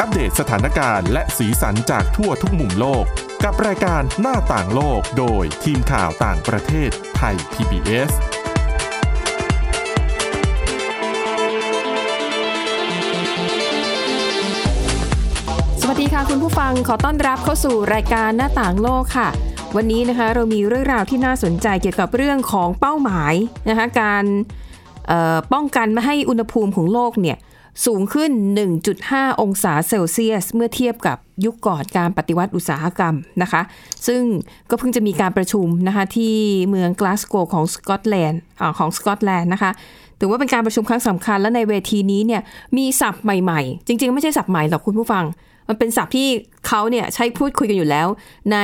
อัปเดตสถานการณ์และสีสันจากทั่วทุกมุมโลก กับรายการหน้าต่างโลกโดยทีมข่าวต่างประเทศไทย PBS สวัสดีค่ะคุณผู้ฟังขอต้อนรับเข้าสู่รายการหน้าต่างโลกค่ะ วันนี้นะคะเรามีเรื่องราวที่น่าสนใจเกี่ยวกับเรื่องของเป้าหมายนะคะการเอ่อป้องกันไม่ให้อุณหภูมิของโลกเนี่ยสูงขึ้น 1.5 องศาเซลเซียส เมื่อเทียบกับยุคก่อนการปฏิวัติอุตสาหกรรมนะคะ ซึ่งก็เพิ่งจะมีการประชุมนะคะที่เมืองกลาสโกว์ของสกอตแลนด์อ่าของสกอตแลนด์นะคะ ถือว่าเป็นการประชุมครั้งสำคัญและในเวทีนี้เนี่ยมีศัพท์ใหม่ๆ จริงๆ ไม่ใช่ศัพท์ใหม่หรอกคุณผู้ฟัง มันเป็นศัพท์ที่เขาเนี่ยใช้พูดคุยกันอยู่แล้ว ใน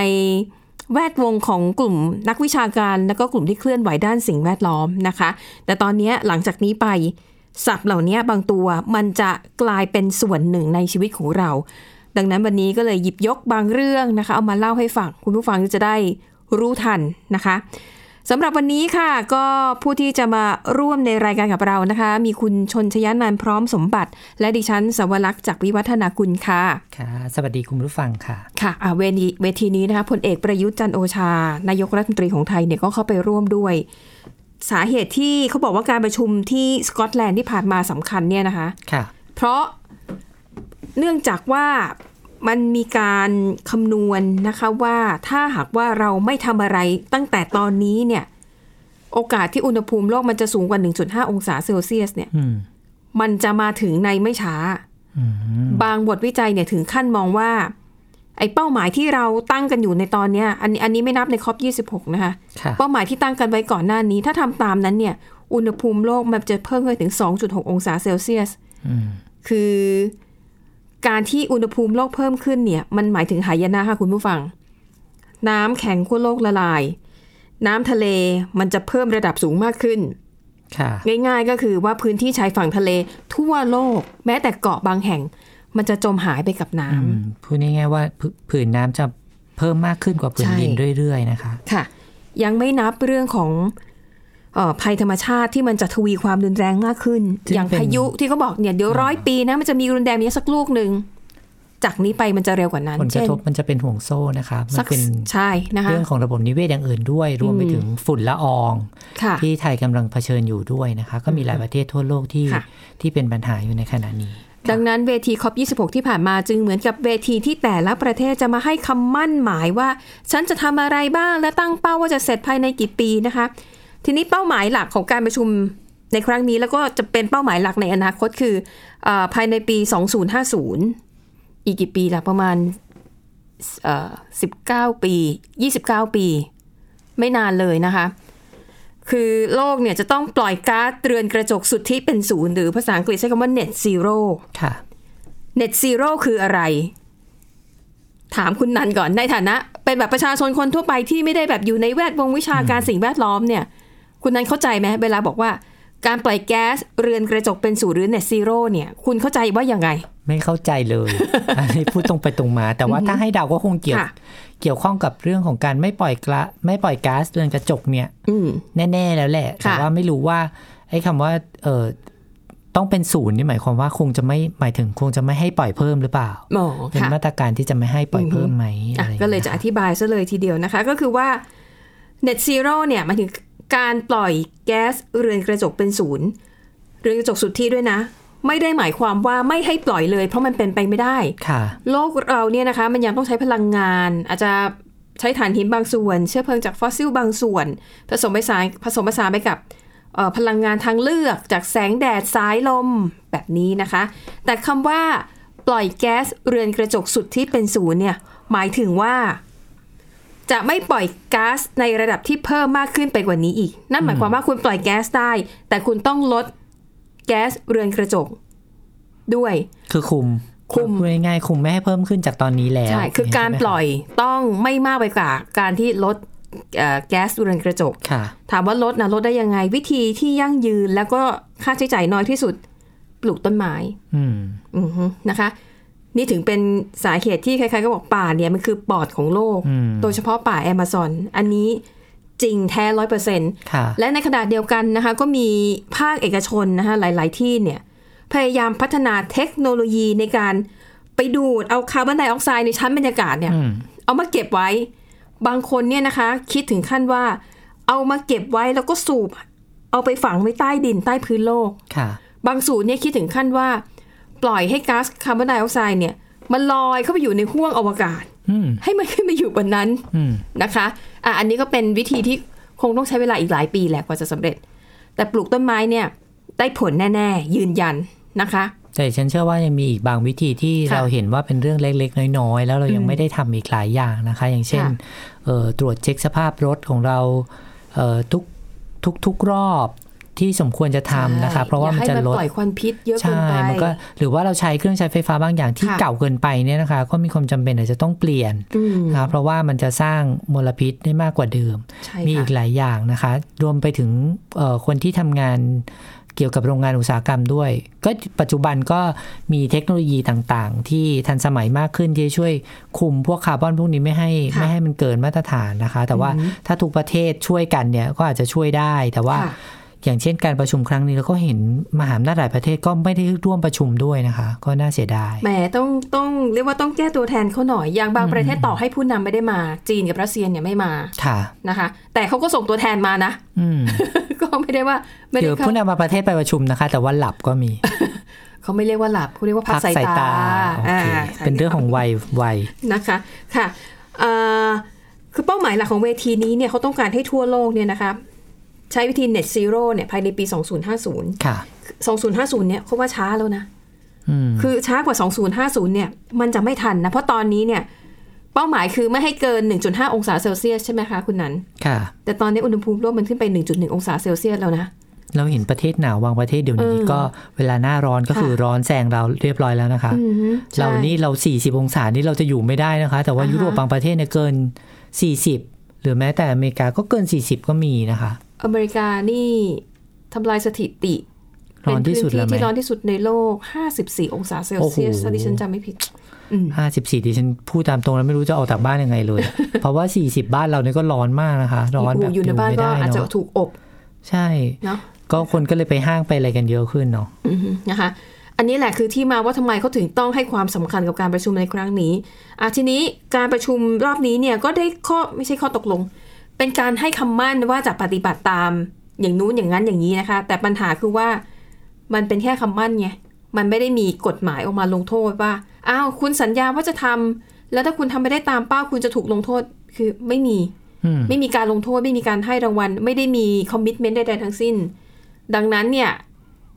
แวดวงของกลุ่มนักวิชาการและก็กลุ่มที่เคลื่อนไหวด้านสิ่งแวดล้อมนะคะ แต่ตอนเนี้ยหลังจากนี้ไป ศัพท์เหล่านี้บางตัวมันจะกลายเป็นส่วนหนึ่งในชีวิตของเรา ดังนั้นวันนี้ก็เลยหยิบยกบางเรื่องนะคะ เอามาเล่าให้ฟังคุณผู้ฟังจะได้รู้ทันนะคะ สำหรับวันนี้ค่ะก็ผู้ที่จะมาร่วมในรายการกับเรานะคะ มีคุณชนชยานันท์พร้อมสมบัติ และดิฉันสวรักษ์จากวิวัฒนากุลค่ะ ค่ะสวัสดีคุณผู้ฟังค่ะ ค่ะอ่ะเวทีเวทีนี้นะคะพลเอกประยุทธ์จันทร์โอชา นายกรัฐมนตรีของไทยเนี่ยก็เข้าไปร่วมด้วย สาเหตุที่เขาบอกว่าการประชุมที่สกอตแลนด์ที่ผ่านมาสำคัญเนี่ยนะคะ ค่ะ เพราะเนื่องจากว่ามันมีการคำนวณนะคะว่าถ้าหากว่าเราไม่ทำอะไรตั้งแต่ตอนนี้เนี่ย โอกาสที่อุณหภูมิโลกมันจะสูงกว่า 1.5 องศาเซลเซียสเนี่ย อืม มันจะมาถึงในไม่ช้า อืม บางบทวิจัยเนี่ยถึงขั้นมองว่า ไอ้เป้าหมายที่เราตั้งกันอยู่ในตอนเนี้ยอันนี้อันนี้ไม่นับในคอป26 นะคะ ค่ะ เป้าหมายที่ตั้งกันไว้ก่อนหน้านี้ ถ้าทำตามนั้นเนี่ย อุณหภูมิโลกมันจะเพิ่มขึ้นถึง 2.6 องศาเซลเซียส อืม คือการที่อุณหภูมิโลกเพิ่มขึ้นเนี่ย มันหมายถึงหายนะค่ะคุณผู้ฟัง น้ำแข็งขั้วโลกละลาย น้ำทะเลมันจะเพิ่มระดับสูงมากขึ้น ค่ะ ง่ายๆก็คือว่าพื้นที่ชายฝั่งทะเลทั่วโลก แม้แต่เกาะบางแห่ง มันจะจมหายไปกับน้ำ อืม พูดง่ายๆว่าผืผืนน้ำจะเพิ่มมากขึ้นกว่าผืน ใช่ ดินเรื่อยๆ นะคะ ค่ะ ยังไม่นับเรื่องของเออภัยธรรมชาติที่มันจะทวีความรุนแรงมากขึ้น ซึ่ง อย่าง เป็น พายุที่เขาบอกเนี่ยเดี๋ยวร้อยปีนะมันจะมีรุนแรงมีสักลูกหนึ่งจากนี้ไปมันจะเร็วกว่านั้น ผลกระ เช่น ทบมันจะเป็นห่วงโซ่นะคะ มั สั น ก เป็น ใช่นะคะ เรื่องของระบบนิเวศอย่างอื่นด้วย รวมไป อืม ถึงฝุ่นละออง ค่ะ ที่ไทยกำลังเผชิญอยู่ด้วยนะคะ ก็มีหลายประเทศทั่วโลกที่ ค่ะ ที่เป็นปัญหาอยู่ในขณะนี้ ดังนั้นเวทีคอป26 ที่ผ่านมาจึงเหมือนกับเวทีที่แต่ละประเทศจะมาให้คำมั่นหมายว่า ฉันจะทำอะไรบ้างและตั้งเป้าว่าจะเสร็จภายในกี่ปีนะคะ ทีนี้เป้าหมายหลักของการประชุมในครั้งนี้แล้วก็จะเป็นเป้าหมายหลักในอนาคตคือเออภายในปี 2050 อีกกี่ปีละประมาณเอ่อ19 ปี 29 ปี ไม่นานเลยนะคะ คือโลกเนี่ยจะต้องปล่อยก๊าซเรือนกระจกสุทธิเป็นศูนย์หรือภาษาอังกฤษใช้คำว่า net zero ค่ะ เน็ตซีโร่คืออะไร ถามคุณนันก่อนในฐานะ เป็นแบบประชาชนคนทั่วไปที่ไม่ได้แบบอยู่ในแวดวงวิชาการสิ่งแวดล้อมเนี่ย คุณนันเข้าใจไหมเวลาบอกว่า การปล่อยแก๊สเรือนกระจกเป็นศูนย์หรือเน็ตซีโร่เนี่ย คุณเข้าใจว่าอย่างไง ไม่เข้าใจเลย อันนี้พูดตรงไปตรงมา แต่ว่าถ้าให้เดาก็คงเกี่ยว ค่ะ เกี่ยวข้องกับเรื่องของการไม่ปล่อยกระไม่ปล่อยก๊าซเรือนกระจกเนี่ย อืม แน่ ๆ แล้วแหละ แต่ ค่ะ ว่าไม่รู้ว่าไอ้คำว่าเออต้องเป็นศูนย์นี่หมายความว่าคงจะไม่หมายถึงคงจะไม่ให้ปล่อยเพิ่มหรือเปล่า หมอ เป็น ค่ะ มาตรการที่จะไม่ให้ปล่อยเพิ่มไหม อ่ะ อะไรางงี้ ก็เลยจะอธิบายซะเลยทีเดียวนะคะ ก็คือว่า net zero เนี่ยหมายถึงการปล่อยแก๊สเรือนกระจกเป็นศูนย์เรือนกระจกสุทธิด้วยนะ ไม่ได้หมายความว่าไม่ให้ปล่อยเลย เพราะมันเป็นไปไม่ได้ ค่ะ โลกเราเนี่ยนะคะมันยังต้องใช้พลังงาน อาจจะใช้ถ่านหินบางส่วน เชื้อเพลิงจากฟอสซิลบางส่วน ผสมผสานผสมผสานไปกับเอ่อพลังงานทางเลือกจากแสงแดดสายลมแบบนี้นะคะ แต่คำว่าปล่อยแก๊สเรือนกระจกสุดที่เป็นศูนย์เนี่ยหมายถึงว่า จะไม่ปล่อยก๊าซในระดับที่เพิ่มมากขึ้นไปกว่านี้อีก นั่นหมายความว่าคุณปล่อยแก๊สได้ แต่คุณต้องลดแก๊สเรือนกระจกด้วย คือคุม คุม พูดง่ายๆคุมไม่ให้เพิ่มขึ้นจากตอนนี้แล้ว ใช่ คือการปล่อยต้องไม่มากไปกว่าการที่ลดเอ่อแก๊สเรือนกระจก ค่ะ ถามว่าลดนะลดได้ยังไง วิธีที่ยั่งยืนแล้วก็ค่าใช้จ่ายน้อยที่สุดปลูกต้นไม้ อืม อือฮึนะคะ นี่ถึงเป็นสาเหตุที่ใครๆก็บอกป่าเนี่ยมันคือปอดของโลก อืม โดยเฉพาะป่าแอมะซอน อันนี้จริงแท้ร้อยเปอร์เซ็นต์ ค่ะ และในขณะเดียวกันนะคะก็มีภาคเอกชนนะคะหลาย ๆ ที่เนี่ยพยายามพัฒนาเทคโนโลยีในการ ไปดูดเอาคาร์บอนไดออกไซด์ในชั้นบรรยากาศเนี่ย อืม เอามาเก็บไว้ บางคนเนี่ยนะคะ คิดถึงขั้นว่า เอามาเก็บไว้แล้วก็สูบ เอาไปฝังไว้ใต้ดินใต้พื้นโลก ค่ะ บางสูตรเนี่ยคิดถึงขั้นว่า ปล่อยให้ก๊าซคาร์บอนไดออกไซด์เนี่ย มันลอยเข้าไปอยู่ในห้วงอวกาศ อืม ให้มันขึ้นมาอยู่บนนั้น อืม นะคะอ่ะอันนี้ก็เป็นวิธีที่คงต้องใช้เวลาอีกหลายปีแหละกว่าจะสำเร็จ แต่ปลูกต้นไม้เนี่ยได้ผลแน่ๆ ยืนยันนะคะ แต่ฉันเชื่อว่ายังมีอีกบางวิธีที่ ค่ะ เราเห็นว่าเป็นเรื่องเล็กๆ น้อยๆ แล้วเรายั อื ง ม ไม่ได้ทำอีกหลายอย่างนะคะ อย่างเช่น ค่ะ เอ่อตรวจเช็คสภาพรถของเราเอ่อทุกทุกทุกรอบที่สมควรจะทำนะคะ ใช่ เพราะว่ามันอย่จะให้ ลด ปล่อยควันพิษเยอะเกิ ใช่ นไป มันก็หรือว่าเราใช้เครื่องใช้ไฟฟ้าบางอย่างที่ ค่ะ เก่าเกินไปเนี่ยนะคะ ก็มีความจำเป็นอาจจะต้องเปลี่ยน อืม นะคะเพราะว่ามันจะสร้างมลพิษได้มากกว่าเดิม ใช่ มีอี ค่ะ กหลายอย่างนะคะ รวมไปถึงเอ่อคนที่ทำงานเกี่ยวกับโรงงานอุตสาหกรรมด้วย ก็ปัจจุบันก็มีเทคโนโลยีต่างๆ ที่ทันสมัยมากขึ้นที่จะช่วยคุมพวกคาร์บอนพวกนี้ไม่ให้ ะ ไม่ให้มันเกินมาตรฐานนะคะ แต่ว่า อือหือ ถ้าทุกประเทศช่วยกันเนี่ยก็อาจจะช่วยได้ แต่ว่า ค่ะ อย่างเช่นการประชุมครั้งนี้เราก็เห็นมหาอำนาจหลายประเทศก็ไม่ได้ร่วมประชุมด้วยนะคะ ก็น่าเสียดาย แหมต้องต้องเรียกว่าต้องแก้ตัวแทนเขาหน่อย อย่างบาง อืม ประเทศต่อให้ผู้นำไม่ได้มา จีนกับรัสเซียเนี่ยไม่มา ค่ะ นะคะ แต่เขาก็ส่งตัวแทนมานะ อืม ก็ไม่ได้ว่าไม่ เดี๋ ได้ ยว เขา ผู้นำมาประเทศไปประชุมนะคะ แต่ว่าหลับก็มี เขาไม่เรียกว่าหลับเขาเรียกว่าพักสายตา โอเค อ่า เป็นเรื่องของวัยวัย นะคะค่ะเอ่อคือเป้าหมายหลักของเวทีนี้เนี่ยเขาต้องการให้ทั่วโลกเนี่ยนะคะใช้วิธี net zero เนี่ยภายในปี 2050 ค่ะ 2050เนี่ยเขาว่าช้าแล้วนะ อืม คือช้ากว่า 2050 เนี่ย มันจะไม่ทันนะ เพราะตอนนี้เนี่ย เป้าหมายคือไม่ให้เกิน 1.5 องศาเซลเซียสใช่ไหมคะคุณนัน ค่ะ แต่ตอนนี้อุณหภูมิโลกมันขึ้นไป 1.1 องศาเซลเซียสแล้วนะ เราเห็นประเทศหนาวบางประเทศเดี๋ยวนี้ เออ ก็เวลาหน้าร้อนก็ ค่ะ คือร้อนแซงเราเรียบร้อยแล้วนะคะ อืมใช่ เรานี่เรา 40 องศานี่เราจะอยู่ไม่ได้นะคะ แต่ว่า อ่าฮะ ยุโรปบางประเทศเนี่ยเกิน 40 หรือแม้แต่อเมริกาก็เกิน 40 ก็มีนะคะ อเมริกานี่ทำลายสถิติ ร้ เป็ อน น ที่ พื้น สุด ที่ แล้วไหม ที่ร้อนที่สุดในโลก 54 องศาเซลเซียส โอ้โห ถ้าดิฉันจำไม่ผิด อืม 54ดิฉันพูดตามตรงแล้วไม่รู้จะออกจากบ้านยังไง เลย เพราะว่า 40 บ้านเราเนี่ยก็ร้อนมากนะคะ ร้อนแบบ อยู่ในบ้าน ไม่ ก็ ได้ อาจจะ เนาะ ถูกอบ ใช่ เนาะ ก็คนก็เลยไปห้างไปอะไรกันเยอะขึ้นเนาะ อือฮึนะคะ อันนี้แหละคือที่มาว่าทำไมเขาถึงต้องให้ความสำคัญกับการประชุมในครั้งนี้อ่ะทีนี้การประชุมรอบนี้เนี่ยก็ได้ข้อไม่ใช่ข้อตกลง เป็นการให้คำมั่นว่าจะปฏิบัติตามอย่างนู้นอย่างนั้นอย่างนี้นะคะ แต่ปัญหาคือว่ามันเป็นแค่คำมั่นไง มันไม่ได้มีกฎหมายออกมาลงโทษว่า อ้าวคุณสัญญาว่าจะทำแล้วถ้าคุณทำไม่ได้ตามเป้าคุณจะถูกลงโทษ คือไม่มี อืม ไม่มีการลงโทษ ไม่มีการให้รางวัล ไม่ได้มีคอมมิชเมนต์ใดๆทั้งสิ้น ดังนั้นเนี่ย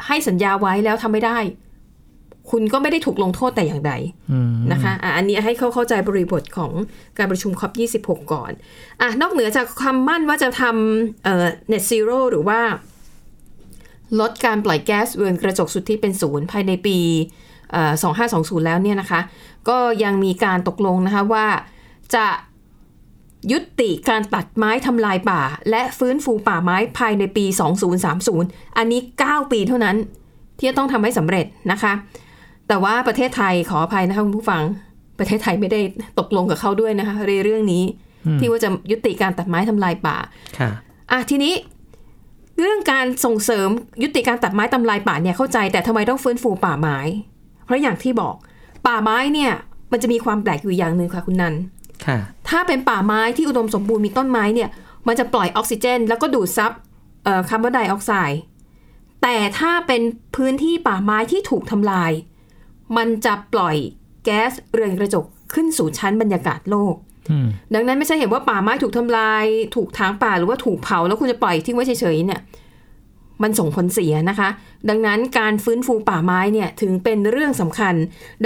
ให้สัญญาไว้แล้วทำไม่ได้ คุณก็ไม่ได้ถูกลงโทษแต่อย่างใด อืม นะคะอ่ะอันนี้ให้เขาเข้าใจบริบทของการประชุมคอป26 ก่อนอ่ะนอกเหนือจากคำมั่นว่าจะทำเอ่อ net zero หรือว่า ลดการปล่อยแก๊สเรือนกระจกสุทธิเป็นศูนย์ภายในปีเอ่อ2520 แล้วเนี่ยนะคะ ก็ยังมีการตกลงนะคะว่าจะยุติการตัดไม้ทำลายป่า และฟื้นฟูป่าไม้ภายในปี 2030 อันนี้ 9 ปีเท่านั้น ที่จะต้องทำให้สำเร็จนะคะ แต่ว่าประเทศไทยขออภัยนะคะคุณผู้ฟัง ประเทศไทยไม่ได้ตกลงกับเขาด้วยนะคะในเรื่องนี้ ที่ว่าจะยุติการตัดไม้ทำลายป่า ค่ะ อ่ะทีนี้เรื่องการส่งเสริมยุติการตัดไม้ทำลายป่าเนี่ยเข้าใจแต่ทำไมต้องฟื้นฟูป่าไม้ เพราะอย่างที่บอก ป่าไม้เนี่ยมันจะมีความแปลกอยู่อย่างหนึ่งค่ะคุณนัน ค่ะ ถ้าเป็นป่าไม้ที่อุดมสมบูรณ์มีต้นไม้เนี่ย มันจะปล่อยออกซิเจน แล้วก็ดูดซับเอ่อคาร์บอนไดออกไซด์แต่ถ้าเป็นพื้นที่ป่าไม้ที่ถูกทำลาย มันจะปล่อยแก๊สเรือนกระจกขึ้นสู่ชั้นบรรยากาศโลก อืม ดังนั้นไม่ใช่เห็นว่าป่าไม้ถูกทำลาย ถูกถางป่าหรือว่าถูกเผาแล้วคุณจะปล่อยทิ้งไว้เฉยๆเนี่ยมันส่งผลเสียนะคะ ดังนั้นการฟื้นฟูป่าไม้เนี่ยถึงเป็นเรื่องสำคัญ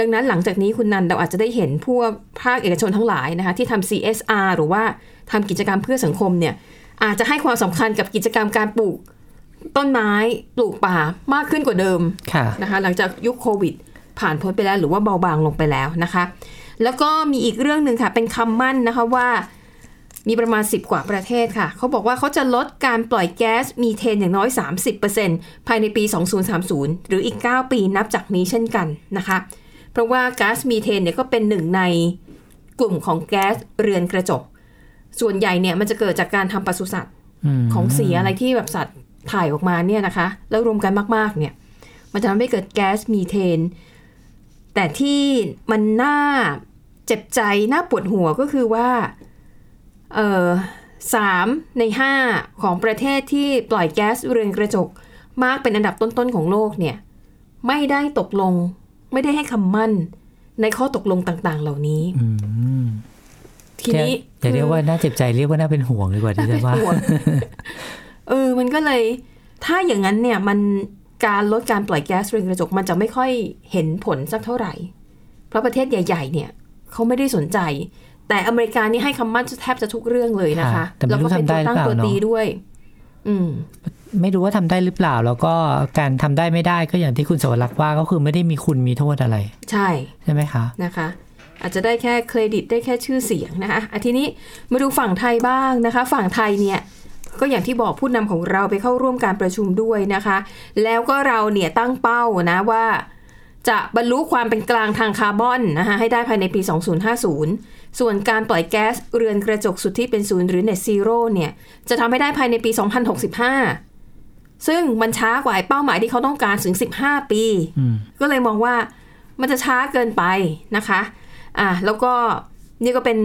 ดังนั้นหลังจากนี้คุณนันเราอาจจะได้เห็นพวกภาคเอกชนทั้งหลายนะคะที่ทำ CSR หรือว่าทำกิจกรรมเพื่อสังคมเนี่ยอาจจะให้ความสำคัญกับกิจกรรมการปลูกต้นไม้ปลูกป่ามากขึ้นกว่าเดิม ค่ะ นะคะหลังจากยุคโควิด ผ่านพ้นไปแล้วหรือว่าเบาบางลงไปแล้วนะคะ แล้วก็มีอีกเรื่องหนึ่งค่ะ เป็นคำมั่นนะคะว่ามีประมาณ 10 กว่าประเทศค่ะ เขาบอกว่าเขาจะลดการปล่อยแก๊สมีเทนอย่างน้อย 30%ภายในปี 2030 หรืออีก 9 ปีนับจากนี้เช่นกันนะคะ เพราะว่าก๊าซมีเทนเนี่ยก็เป็นหนึ่งในกลุ่มของแก๊สเรือนกระจก ส่วนใหญ่เนี่ยมันจะเกิดจากการทำปศุสัตว์ อืม ของเสียอะไรที่แบบสัตว์ถ่ายออกมาเนี่ยนะคะ แล้วรวมกันมาก ๆ เนี่ย มันจะทำให้เกิดแก๊สมีเทน แต่ที่มันน่าเจ็บใจน่าปวดหัวก็คือว่าเออสามในห้าของประเทศที่ปล่อยแก๊สเรือนกระจก มากเป็นอันดับต้นๆของโลกเนี่ย ไม่ได้ตกลง ไม่ได้ให้คำมั่น ในข้อตกลงต่างๆ เหล่านี้ อืม ทีนี้ อย่าเรียกว่าน่าเจ็บใจเรียกว่าน่าเป็นห่วงดี กว่าที่จะ เป็น ว่า ห่วงเออ มันก็เลย ถ้าอย่างนั้นเนี่ย มันการลดการปล่อยแก๊สเรือนกระจก มันจะไม่ค่อยเห็นผลสักเท่าไหร่ เพราะประเทศใหญ่ ๆ เนี่ยเขาไม่ได้สนใจ แต่อเมริกานี่ให้คำมั่นแทบจะทุกเรื่องเลยนะคะ ค่ะแต่ไม่ แล้ว รู้ ก็เป็น ทำได้ ตัว หรือ ตั้ง เปล่า ตัว เนอะ ตีด้วย อืม ไม่รู้ว่าทำได้หรือเปล่า แล้วก็การทำได้ไม่ได้ก็อย่างที่คุณสวรักษ์ว่าก็คือไม่ได้มีคุณมีโทษอะไร ใช่ ใช่ไหมคะ นะคะ อาจจะได้แค่เครดิตได้แค่ชื่อเสียงนะคะอ่ะทีนี้มาดูฝั่งไทยบ้างนะคะ ฝั่งไทยเนี่ย ก็อย่างที่บอกผู้นำของเราไปเข้าร่วมการประชุมด้วยนะคะ แล้วก็เราเนี่ยตั้งเป้านะว่า จะบรรลุความเป็นกลางทางคาร์บอนนะคะให้ได้ภายในปี 2050 ส่วนการปล่อยแก๊สเรือนกระจกสุดที่เป็นศูนย์หรือ net zero เนี่ย จะทำให้ได้ภายในปี 2065 ซึ่งมันช้ากว่าไอ้เป้าหมายที่เขาต้องการถึง 15 ปี อืม ก็เลยมองว่ามันจะช้าเกินไปนะคะ อ่ะแล้วก็นี่ก็เป็น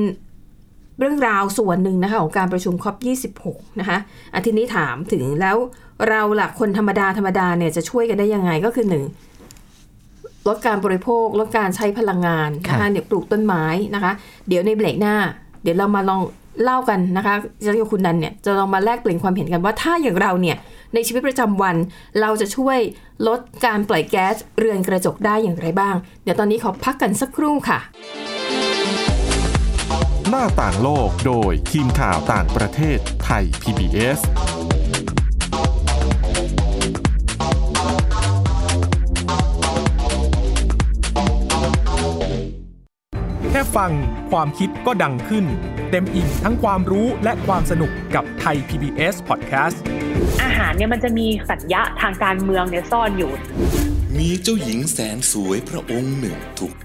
เรื่องราวส่วนหนึ่งนะคะของการประชุมคอป26 นะคะอาทีนี้ถามถึงแล้วเราล่ะคนธรรมดาธรรมดาเนี่ยจะช่วยกันได้ยังไงก็คือหนึ่งลดการบริโภค ลดการใช้พลังงานนะ ครั คะ บ เดี๋ยวปลูกต้นไม้นะคะ เดี๋ยวในเบรกหน้า เดี๋ยวเรามาลองเล่ากันนะคะจะกับคุณนันเนี่ยจะลองมาแลกเปลี่ยนความเห็นกันว่าถ้าอย่างเราเนี่ย ในชีวิตประจำวันเราจะช่วยลดการปล่อยแก๊สเรือนกระจกได้อย่างไรบ้าง เดี๋ยวตอนนี้ขอพักกันสักครู่ค่ะ หน้าต่างโลกโดยทีมข่าวต่างประเทศไทย PBS แค่ฟังความคิดก็ดังขึ้น เต็มอิ่งทั้งความรู้และความสนุกกับไทย PBS Podcast อาหารเนี่ยมันจะมีสัญญะทางการเมืองเนี่ยซ่อนอยู่ มีเจ้าหญิงแสนสวยพระองค์หนึ่งถูก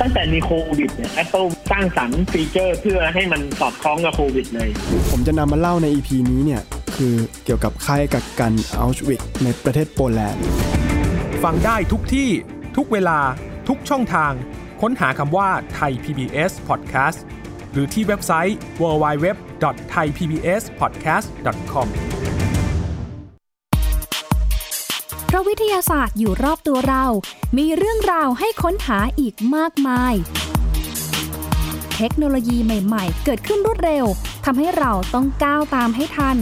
ตั้งแต่มีโควิดเนี่ย Apple สร้างสรรค์ฟีเจอร์เพื่อให้มันสอดคล้องกับโควิดเลย ผมจะนำมาเล่าใน EP นี้เนี่ย คือเกี่ยวกับค่ายกักกันอัลชวิกในประเทศโปแลนด์ ฟังได้ทุกที่ทุกเวลาทุกช่องทาง ค้นหาคำว่าไทย PBS Podcast หรือที่เว็บไซต์ www.thaipbspodcast.com เพราะวิทยาศาสตร์อยู่รอบตัวเรา มีเรื่องราวให้ค้นหาอีกมากมาย เทคโนโลยีใหม่ ๆ เกิดขึ้นรวดเร็ว ทำให้เราต้องก้าวตามให้ทัน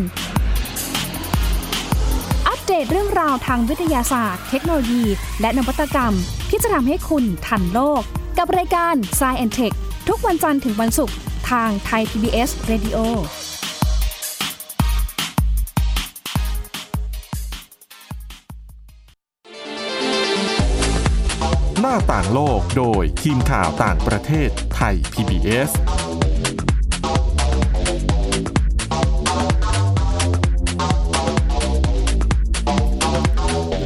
อัปเดตเรื่องราวทางวิทยาศาสตร์ เทคโนโลยี และนวัตกรรม ที่จะทำให้คุณทันโลก กับรายการ s c i e n t e c h ทุกวันจันทร์ถึงวันศุกร์ทางไทย PBS Radio หน้าต่างโลกโดยทีมข่าวต่างประเทศไทย PBS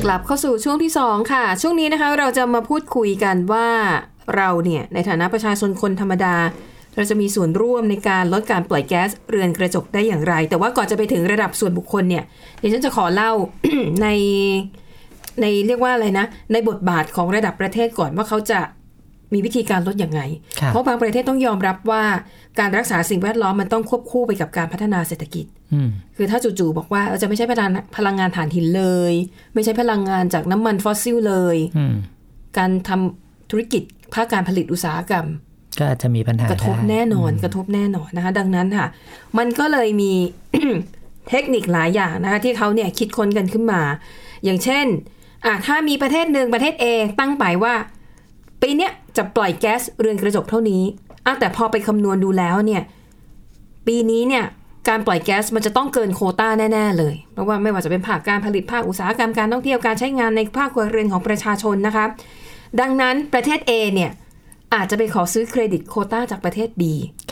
กลับเข้าสู่ช่วงที่ 2 ค่ะ ช่วงนี้นะคะเราจะมาพูดคุยกันว่าเราเนี่ย ในฐานะประชาชนคนธรรมดา เราจะมีส่วนร่วมในการลดการปล่อยแก๊สเรือนกระจกได้อย่างไร แต่ว่าก่อนจะไปถึงระดับส่วนบุคคลเนี่ยเดี๋ยวฉันจะขอเล่า ในในเรียกว่าอะไรนะ ในบทบาทของระดับประเทศก่อนว่าเขาจะมีวิธีการลดอย่างไง ครับ เพราะบางประเทศต้องยอมรับว่าการรักษาสิ่งแวดล้อมมันต้องควบคู่ไปกับการพัฒนาเศรษฐกิจ อืม คือถ้าจู่ๆบอกว่าเราจะไม่ใช้พลังพลังงานถ่านหินเลย ไม่ใช้พลังงานจากน้ำมันฟอสซิลเลย อืม การทำธุรกิจภาคการผลิตอุตสาหกรรม ก็อาจจะมีปัญหาก ระทบแน่นอนกระทบแน่นอนนะคะ ดังนั้นค่ะ มันก็เลยมี เทคนิคหลายอย่างนะคะ ที่เขาเนี่ยคิดค้นกันขึ้นมา อย่างเช่นอ่ะถ้ามีประเทศหนึ่งประเทศ A ตั้งไปว่า ปีเนี้ยจะปล่อยแก๊สเรือนกระจกเท่านี้อ่ะแต่พอไปคำนวณดูแล้วเนี่ย ปีนี้เนี่ยการปล่อยแก๊สมันจะต้องเกินโควต้าแน่ ๆ เลยเพราะว่าไม่ว่าจะเป็นภาคการผลิตภาคอุตสาหกรรมการท่องเที่ยวการใช้งานในภาคครัวเรือนของประชาชนนะคะ ดังนั้นประเทศ A เนี่ยอาจจะไปขอซื้อเครดิตโควต้าจากประเทศ B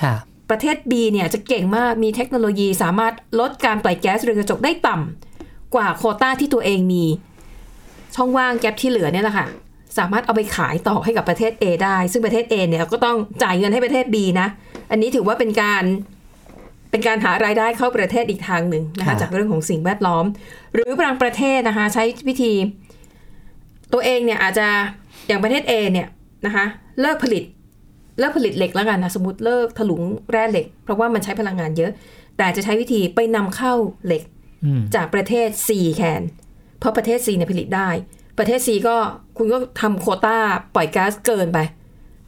ค่ะ ประเทศ B เนี่ยจะเก่งมากมีเทคโนโลยีสามารถลดการปล่อยแก๊สเรือนกระจกได้ต่ำกว่าโควต้าที่ตัวเองมี ช่องว่างแก๊ปที่เหลือเนี่ยแหละค่ะ สามารถเอาไปขายต่อให้กับประเทศ A ได้ ซึ่งประเทศ A เนี่ยก็ต้องจ่ายเงินให้ประเทศ B นะ อันนี้ถือว่าเป็นการเป็นการหารายได้เข้าประเทศอีกทางหนึ่งนะ ครั คะ บ จากเรื่องของสิ่งแวดล้อม หรือบางประเทศนะคะ ใช้วิธี ตัวเองเนี่ยอาจจะอย่างประเทศ A เนี่ยนะคะเลิกผลิต เลิกผลิตเหล็กแล้วกันนะสมมติเลิกถลุงแร่เหล็ก เพราะว่ามันใช้พลังงานเยอะ แต่จะใช้วิธีไปนำเข้าเหล็ก อืม จากประเทศ C แทนเพราะประเทศ C เนี่ยผลิตได้ ประเทศ C ก็คุณก็ทำโควต้าปล่อยก๊าซเกินไป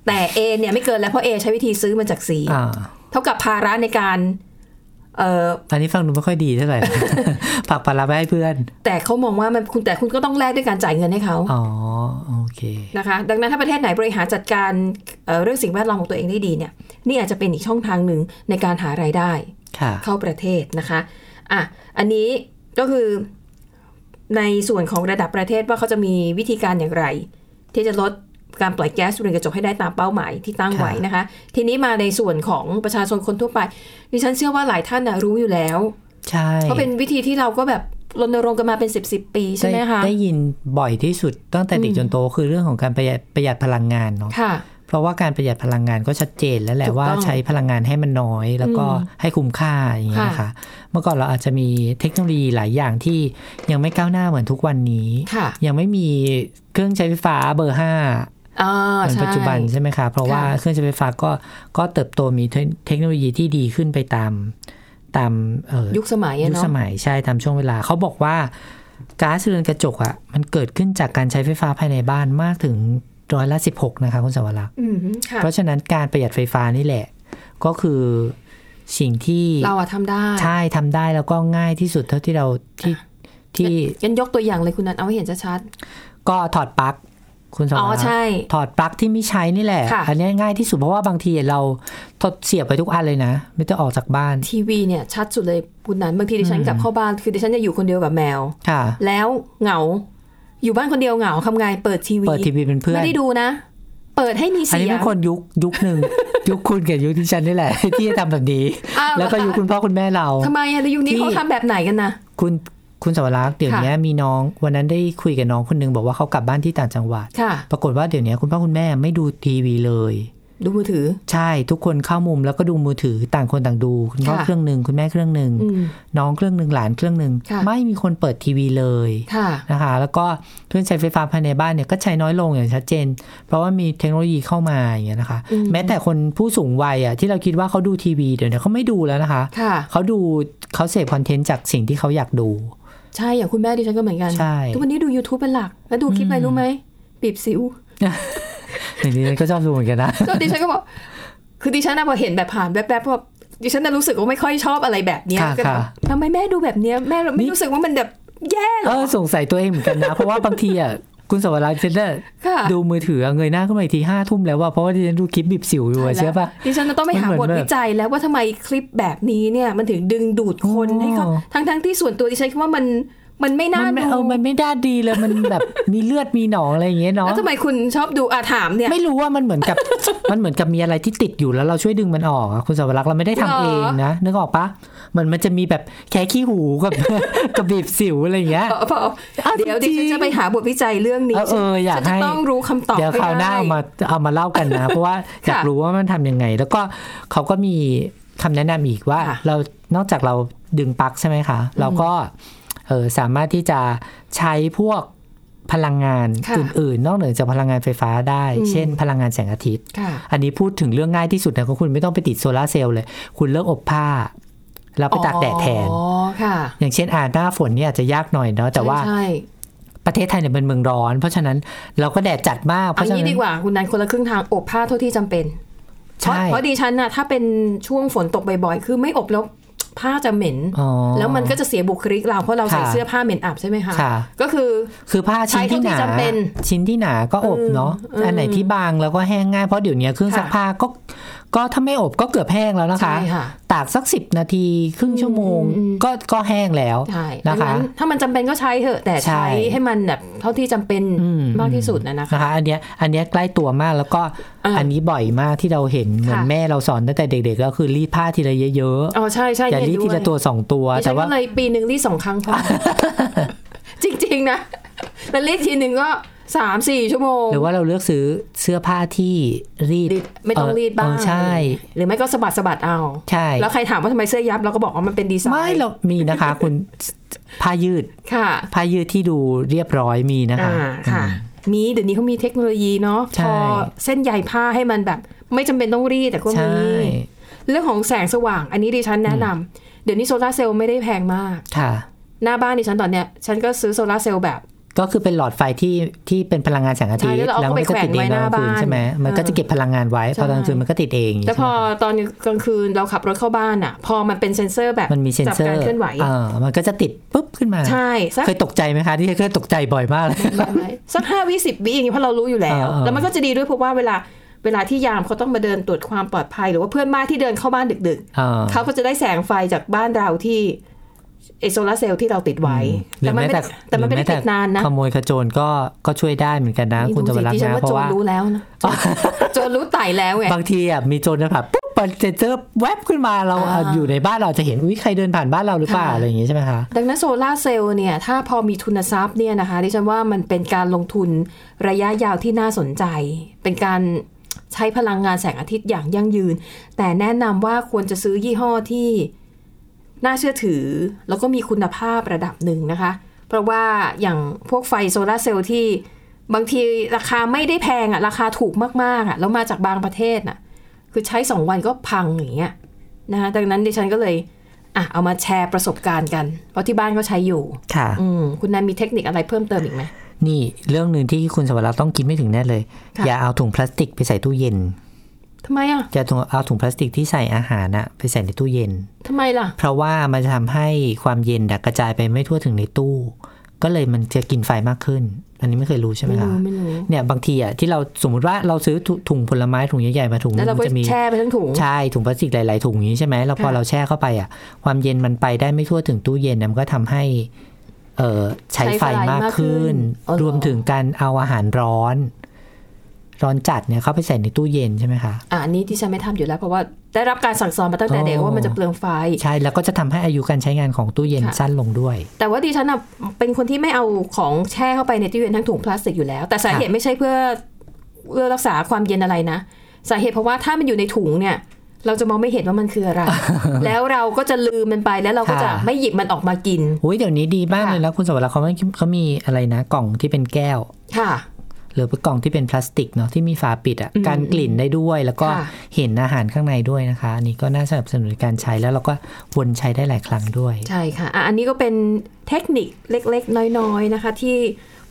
แต่ A เนี่ยไม่เกินแล้วเพราะ A ใช้วิธีซื้อมาจาก C อ่า เท่ากับภาระในการเอ่อ อันนี้ฟังดูไม่ค่อยดีเท่าไหร่ ผักปลาร้าไปให้เพื่อน แต่เขามองว่ามันคุณแต่คุณก็ต้องแลกด้วยการจ่ายเงินให้เขา อ๋อ โอเค นะคะ ดังนั้นถ้าประเทศไหนบริหารจัดการเอ่อเรื่องสิ่งแวดล้อมของตัวเองได้ดีเนี่ยนี่อาจจะเป็นอีกช่องทางหนึ่งในการหารายได้ ค่ะ เข้าประเทศนะคะ อ่ะ อันนี้ก็คือในส่วนของระดับประเทศว่าเขาจะมีวิธีการอย่างไร ที่จะลดการปล่อยแก๊สเรือนกระจกให้ได้ตามเป้าหมายที่ตั้งไว้นะคะ ทีนี้มาในส่วนของประชาชนคนทั่วไป ดิฉันเชื่อว่าหลายท่านนะรู้อยู่แล้ว ใช่ เพราะเป็นวิธีที่เราก็แบบรณรงค์กันมาเป็นสิบสิบปีใช่ไหมคะ ด้ได้ยินบ่อยที่สุดตั้งแต่เด็ก อืม จนโตคือเรื่องของการประหยัดประหยัดพลังงานเนาะ ค่ะ เพราะว่าการประหยัดพลังงานก็ชัดเจนแล้วแห ถูกต้ละอง ว่าใช้พลังงานให้มันน้อยแล้วก็ อืม ให้คุ้มค่าอย่างเงี้ยนะคะ ค่ะ เมื่อก่อนเราอาจจะมีเทคโนโลยีหลายอย่างที่ยังไม่ก้าวหน้าเหมือนทุกวันนี้ ค่ะ ยังไม่มีเครื่องใช้ไฟฟ้าเบอร์ห้า อ่า เหใช่มือนปัจจุบันใช่ไหมคะเพราะว่า ค่ะ เครื่องใช้ไฟฟ้าก็ก็เติบโตมีเทคเทคโนโลยีที่ดีขึ้นไปตามตามเอ่อ ยุคสมัยอะเนอะ ยุคสมัยใช่ตามช่วงเวลา เขาบอกว่าก๊าซเรือนกระจกอะมันเกิดขึ้นจากการใช้ไฟฟ้าภายในบ้านมากถึงร้อยละสิบหกนะคะคุณสวรักษ์ อืมค่ะ เพราะฉะนั้นการประหยัดไฟฟ้านี่แหละ ก็คือสิ่งที่ เราอะทำได้ ใช่ทำได้แล้วก็ง่ายที่สุดเท่าที่เราที่ที่ กันยกตัวอย่างเลยคุณนันเอาให้เห็นชัด ก็ถอดปลั๊กคุณสวรั อ๋ ก อ ษ์ ใช่ ถอดปลั๊กที่ไม่ใช้นี่แหละ ค่ะ อันนี้ง่ายที่สุดเพราะว่าบางทีเราถอดเสียบไปทุกอันเลยนะ ไม่ต้องออกจากบ้าน ทีวีเนี่ยชัดสุดเลยคุณนันบางทีดิฉันกลับเข้าบ้านคือดิฉันจะอยู่คนเดียวกับแมว ค่ะ แล้วเหงา อยู่บ้านคนเดียวเหงาทำไงเปิดทีวี เปิดทีวีเป็นเพื่อน ไม่ได้ดูนะ เปิดให้มี อัน เสี นี้ ย เป็ ง นคนยุคยุคห นึ่ง ยุคคุณกับยุคที่ฉันนี่แหละ ที่จะทำแบบนี้ อ้าวเหรอคะ แล้วก็ยุคคุณพ่อคุณแม่เรา ทำไมอะแล้วยุคนี้ ที่ เขาทำแบบไหนกันนะ คุณคุณสวรักษ์เดี๋ยว ค่ะ นี้มีน้องวันนั้นได้คุยกับน้องคนหนึงบอกว่าเขากลับบ้านที่ต่างจังหวัด ค่ะ ปรากฏว่าเดี๋ยวนี้คุณพ่อคุณแม่ไม่ดูทีวีเลย ดูมือถือ ใช่ทุกคนเข้ามุมแล้วก็ดูมือถือต่างคนต่างดูคุณพ่อ ค่ะ เครื่องหนึ่งคุณแม่เครื่องหนึ่ง อืม น้องเครื่องหนึ่งหลานเครื่องหนึ่ง ค่ะ ไม่มีคนเปิดทีวีเลย ค่ะ นะคะแล้วก็เครื่องใช้ไฟฟ้าภายในบ้านเนี่ยก็ใช้น้อยลงอย่างชัดเจน เพราะว่ามีเทคโนโลยีเข้ามาอย่างเงี้ยนะคะ อืม แม้แต่คนผู้สูงวัยอ่ะที่เราคิดว่าเขาดูทีวีเดี๋ยวนี้เขาไม่ดูแล้วนะคะ ค่ะ เขาดูเขาเสพคอนเทนต์จากสิ่งที่เขาอยากดู ใช่อย่างคุณแม่ดิฉันก็เหมือนกัน ใช่ ทุกวันนี้ดู YouTube เป็นหลัก แล้วดูคลิปอะไรรู้ไหมบีบสิว อย่างนี้ก็ชอบดูเหมือนกันนะ ก็ดิฉันก็ บอกคือดิฉันนะพอเห็นแบบผ่านแวบๆพอดิฉันน่ะรู้สึกว่าไม่ค่อยชอบอะไรแบบเนี้ย ค่ะ ก็แบบ ค่ะ ทำไมแม่ดูแบบเนี้ยแม่ไม่รู้สึกว่ามันแบบแย่เหร เอ อ อสงสัยตัวเองเหมือนกันนะ เพราะว่าบางทีอ่ะคุณสวรักษ์เซนเนอร์ ค่ะ ดูมือถือเงยหน้าขึ้นมาอีกทีห้าทุ่มแล้วว่าเพราะว่าที่ฉันดูคลิปบิบสิวอยู่อะเชื่อปะ ดิฉันจะต้องไปหา มันบเหทมือนแบบ วิจัยแล้วว่าทำไมคลิปแบบนี้เนี่ยมันถึงดึงดูดคน อ๋อ ให้เขาทั้งทั้งๆที่ส่วนตัวดิฉันคิดว่ามันมันไม่น่าดูมันไม่เออมันไม่ได้ดีเลยมันแบบมีเลือดมีหนองอะไรอย่างเงี้ยเนาะ แล้วทำไมคุณชอบดูอาถามเนี่ย ไม่รู้ว่ามันเหมือนกับ มันเหมือนกับมีอะไรที่ติดอยู่แล้วเราช่วยดึงมันออกอะคุณสวรักษ์เราไม่ได้หทำรอ เองนะนึกออกปะเหมือนมันจะมีแบบแค่ขี้หูกับ กับบีบสิวอะไรอย่างเงี้ย พอพอ อ้าว เดี๋ยว จริ ดิ งๆ ฉันจะไปหาบทวิจัยเรื่องนี้ เออเอออยาก ฉันจะ ให้ ต้องรู้คำตอบ เดี๋ยวคราวหน้าให้เอาได้ มาเอามาเล่ากัน นะเพราะว่าอยากรู้ว่ามันทำยังไง แล้วก็เขาก็มีคำแนะนำอีกว่า ค่ะ เรานอกจากเราดึงปลั๊กใช่ไหมคะ เราก็เออสามารถที่จะใช้พวกพลังงาน ค่ะ อื่นๆ นอกเหนือจากพลังงานไฟฟ้าได้ อืม เช่น พลังงานแสงอาทิตย์ ค่ะ อันนี้พูดถึงเรื่องง่ายที่สุดนะคุณไม่ต้องไปติดโซลาร์เซลล์เลย คุณเลิกอบผ้า แล้วไปตากแดดแทน อ๋อค่ะ อย่างเช่นอาหน้าฝนเนี่ยอาจจะยากหน่อยเนาะแต่ว่า ใช่ ประเทศไทยเนี่ยเป็นเมืองร้อน เพราะฉะนั้นเราก็แดดจัดมาก ๆ เพ เอา ราะฉะ งี้ นั้น ดีกว่าคุณนันคนละครึ่งทางอบผ้าเท่าที่จำเป็นเพ ใช่ ราะเพราะดิฉันน่ะถ้าเป็นช่วงฝนตกบ่อยๆคือไม่อบแล้วผ้าจะเหม็น อ๋อ แล้วมันก็จะเสียบุคลิกเราเพราะเราใส่ ค่ะ เสื้อผ้าเหม็นอับใช่ไหมคะ ค่ะ ก็คือ คือผ้าชิ้นที่หใช้เท่านาที่จำเป็น ชิ้นที่หนาก็อบเนาะ อืม อันไหนที่บางแล้วก็แห้งง่ายเพราะเดี๋ยวนี้เครื่อง ค่ะ ซักผ้าก็ ก็ถ้าไม่อบก็เกือบแห้งแล้วนะคะ ใช่ค่ะ ตากสัก 10 นาทีครึ่งชั่วโมง อืม ก็ก็แห้งแล้ว ใช่ดั นะ ง คะ นั้นถ้ามันจำเป็นก็ใช้เถอะแต่ ใช่ ใช้ให้มันแบบเท่าที่จำเป็น อื มากที่สุดนะนะคะ นะคะ อันเนี้ยอันเนี้ยใกล้ตัวมากแล้วก็ อ่า อันนี้บ่อยมากที่เราเห็นเหมือน ค่ะ แม่เราสอนตั้งแต่เด็กๆก็คือรีดผ้าทีละเยอะ อ๋อใช่ใช่ ๆอย่ารีดทีละตัวสองตัว แต่ แต่ ว่า ว่า เลยปีหนึ่งรีดสองครั้ งพอ จริง ๆ นะแล้วรีดทีหนึ่งก็สามสี่ชั่วโมง หรือว่าเราเลือกซื้อเสื้อผ้าที่รีด รีดไม่ต้องรีดบ้าง เอใช่ หรือไม่ก็สะบัดสะบัดเอา ใช่ แล้วใครถามว่าทำไมเสื้อยับเราก็บอกว่ามันเป็นดีไซน์ ไม่เรามีนะคะ คุณผ้ายืด ค่ะ ผ้ายืดที่ดูเรียบร้อยมีนะคะ อ่าค่ะ มีเดี๋ยวนี้เขามีเทคโนโลยีเนาะ ใช่ พอเส้นใยผ้าให้มันแบบ ไม่จำเป็นต้องรีดแต่ก็ ใช่ มีเรื่องของแสงสว่าง อันนี้ดิฉันแนะนำเดี๋ยวนี้โซลาร์เซลล์ไม่ได้แพงมาก ค่ะ หน้าบ้านดิฉันตอนเนี้ย ฉันก็ซื้อโซลาร์เซลล์แบบ ก็คือเป็นหลอดไฟที่ที่เป็นพลังงานแสงอาทิต ใช่ ย์ แล้วเราเอา มั ไปแขวน ติดเอง ไว้ห ต น้า อนกลางคืน บ้าน ใช่ไหมมันก็จะเก็บพลังงานไว้ ใช่ พอกลางคืนมันก็ติดเอง แล้วพอ ใช่ไหม ตอนกลางคืนเราขับรถเข้าบ้านอ่ะ พอมันเป็นเซ็นเซอร์แบบ มันมีเซ็น จั เซอ การ ร์ เคลื่อนไหว เออมันก็จะติดปุ๊บขึ้นมา ใช่สัก เคยตกใจไหมคะ ที่เคยตกใจบ่อยมากเลย สักห้าวิสิบวิอย่างนี้เพราะเรารู้อยู่แล้ว เออเออ แล้วมันก็จะดีด้วยเพราะว่าเวลาเวลาที่ยามเขาต้องมาเดินตรวจความปลอดภัย หรือว่าเพื่อนบ้านที่เดินเข้าบ้านดึกๆ เออ เขาก็จะได้แสงไฟจากบ้านเราที่ไอโซลาร์เซลล์ที่เราติดไว้ หรื แต่ อ มัน แม้ ไม่ แต่ ได้แต่มันไม่ได้ หรือแ ติดนานนะ ขโมยขโจรก็ก็ช่วยได้เหมือนกันนะ คุณจะไปรัก ดิฉัน นะ ว่า เพ โจรราะว่า รู้แล้วนะโจรโจรรู้ไต่แล้วไง บางทีอ่ะมีโจรนะครับปุ๊บมันจะเจอแวบขึ้นมาเราอ่ะ อ่า อยู่ในบ้านเราจะเห็นอุ้ยใครเดินผ่านบ้านเราหรือเปล่าอะไรอย่างงี้ใช่ไหมคะ ดังนั้นโซลาร์เซลล์เนี่ย ถ้าพอมีทุนทรัพย์เนี่ยนะคะดิฉันว่ามันเป็นการลงทุนระยะยาวที่น่าสนใจ เป็นการใช้พลังงานแสงอาทิตย์อย่างยั่งยืน แต่แนะนำว่าควรจะซื้อยี่ห้อที่น่าเชื่อถือ แล้วก็มีคุณภาพระดับหนึ่งนะคะ เพราะว่าอย่างพวกไฟโซลาร์เซลล์ที่บางทีราคาไม่ได้แพงอะราคาถูกมากๆอะแล้วมาจากบางประเทศน่ะคือใช้สองวันก็พังอย่างเงี้ยนะคะดังนั้นดิฉันก็เลย อ่ะเอามาแชร์ประสบการณ์กัน เพราะที่บ้านก็ใช้อยู่ ค่ะ อืมคุณนายมีเทคนิคอะไรเพิ่มเติมอีกไหม นี่เรื่องหนึ่งที่คุณสวรรค์ต้องคิดไม่ถึงแน่เลย ค่ะ อย่าเอาถุงพลาสติกไปใส่ตู้เย็น ทำไมอ่ะ จะเอาถุงพลาสติกที่ใส่อาหารน่ะไปใส่ในตู้เย็น ทำไมล่ะ เพราะว่ามันจะทำให้ความเย็นน่ะกระจายไปไม่ทั่วถึงในตู้ ก็เลยมันจะกินไฟมากขึ้น อันนี้ไม่เคยรู้ใช่ไหม ไม่ คะ รู้ไม่รู้ เนี่ยบางทีอ่ะที่เราสมมติว่าเราซื้อถุถุงผลไม้ถุงใหญ่ๆมาถุง แล้วเรา มั ก็ จะมี แช่ไปทั้งถุง ใช่ถุงพลาสติกหลาย ๆ ถุงอย่างนี้ใช่ไหมแล้วพอ ค่ะ เราแช่เข้าไปอ่ะ ความเย็นมันไปได้ไม่ทั่วถึงตู้เย็นนะมันก็ทำให้เออใช้ ใช้ ไฟ ไฟ มาก มากขึ้ ขึ้น นอ๋อเหรอ รวมถึงการเอาอาหารร้อน ร้อนจัดเนี่ยเข้าไปใส่ในตู้เย็นใช่ไหมคะ อ่านี้ที่ฉันไม่ทำอยู่แล้วเพราะว่าได้รับการสั่งสอนมาตั้งแต่เด็ก โอ้ ว่ามันจะเปลืองไฟ ใช่แล้วก็จะทำให้อายุการใช้งานของตู้เย็น ค่ะ สั้นลงด้วย แต่ว่าดิฉันน่ะเป็นคนที่ไม่เอาของแช่เข้าไปในตู้เย็นทั้งถุงพลาสติกอยู่แล้ว แต่สาเหตุไม่ใช่เพื่อเพื่อรักษาความเย็นอะไรนะ สาเหตุเพราะว่าถ้ามันอยู่ในถุงเนี่ย เราจะมองไม่เห็นว่ามันคืออะไร แล้วเราก็จะลืมมันไปแล้วเราก็จะ ค่ะ ไม่หยิบมันออกมากิน อุ้ยเดี๋ยวนี้ดีมาก ค่ะ เลยนะคุณสวรรค์เขาไม่เขามีอะไรนะ กล่องที่เป็นแก้ว ค่ะ หรือเป็นกล่องที่เป็นพลาสติกเนาะที่มีฝาปิดอะ่ะ อืม การกลิ่นได้ด้วยแล้วก็ ค่ะ เห็นอาหารข้างในด้วยนะคะอันนี้ก็น่าสนับสนุนการใช้แล้วเราก็วนใช้ได้หลายครั้งด้วย ใช่ค่ะอ่ะ อันนี้ก็เป็นเทคนิคเล็กๆ น้อยๆนะคะ ที่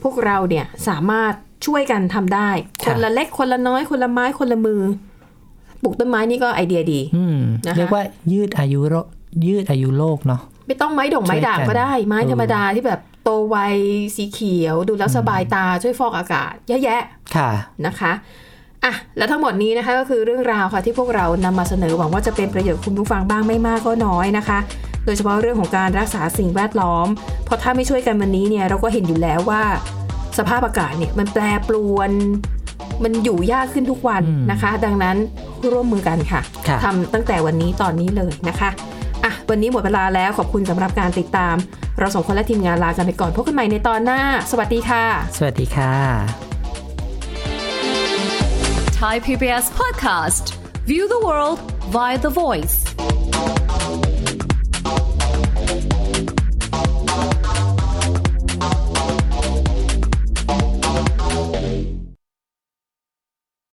พวกเราเนี่ยสามารถช่วยกันทำได้ ค่ะ คนละเล็กคนละน้อยคนละไม้คนละมือ ปลูกต้นไม้นี่ก็ไอเดียดี อืม นะคะ เรียกว่ายืดอายุโรยืดอายุโลกเนาะ ไม่ต้องไม้ดงไม้ด่าง ช่วยกัน ก็ได้ ไม้ เออ ธรรมดาที่แบบโตไวสีเขียว ดูแล้วสบายตาช่วยฟอกอากาศเยอะแยะ ค่ะ นะคะอ่ะและทั้งหมดนี้นะคะก็คือเรื่องราวค่ะที่พวกเรานำมาเสนอหวังว่าจะเป็นประโยชน์คุณผู้ฟังบ้างไม่มากก็น้อยนะคะ โดยเฉพาะเรื่องของการรักษาสิ่งแวดล้อม เพราะถ้าไม่ช่วยกันวันนี้เนี่ยเราก็เห็นอยู่แล้วว่า สภาพอากาศเนี่ยมันแปรปรวน มันอยู่ยากขึ้นทุกวัน อืม นะคะ ดังนั้นร่วมมือกันค่ะ ค่ะ ทำตั้งแต่วันนี้ตอนนี้เลยนะคะอ่ะวันนี้หมดเวลาแล้วขอบคุณสำหรับการติดตาม เราสองคนและทีมงานลากันไปก่อนพบกันใหม่ในตอนหน้า สวัสดีค่ะ สวัสดีค่ะ Thai PBS podcast. View the world via the voice.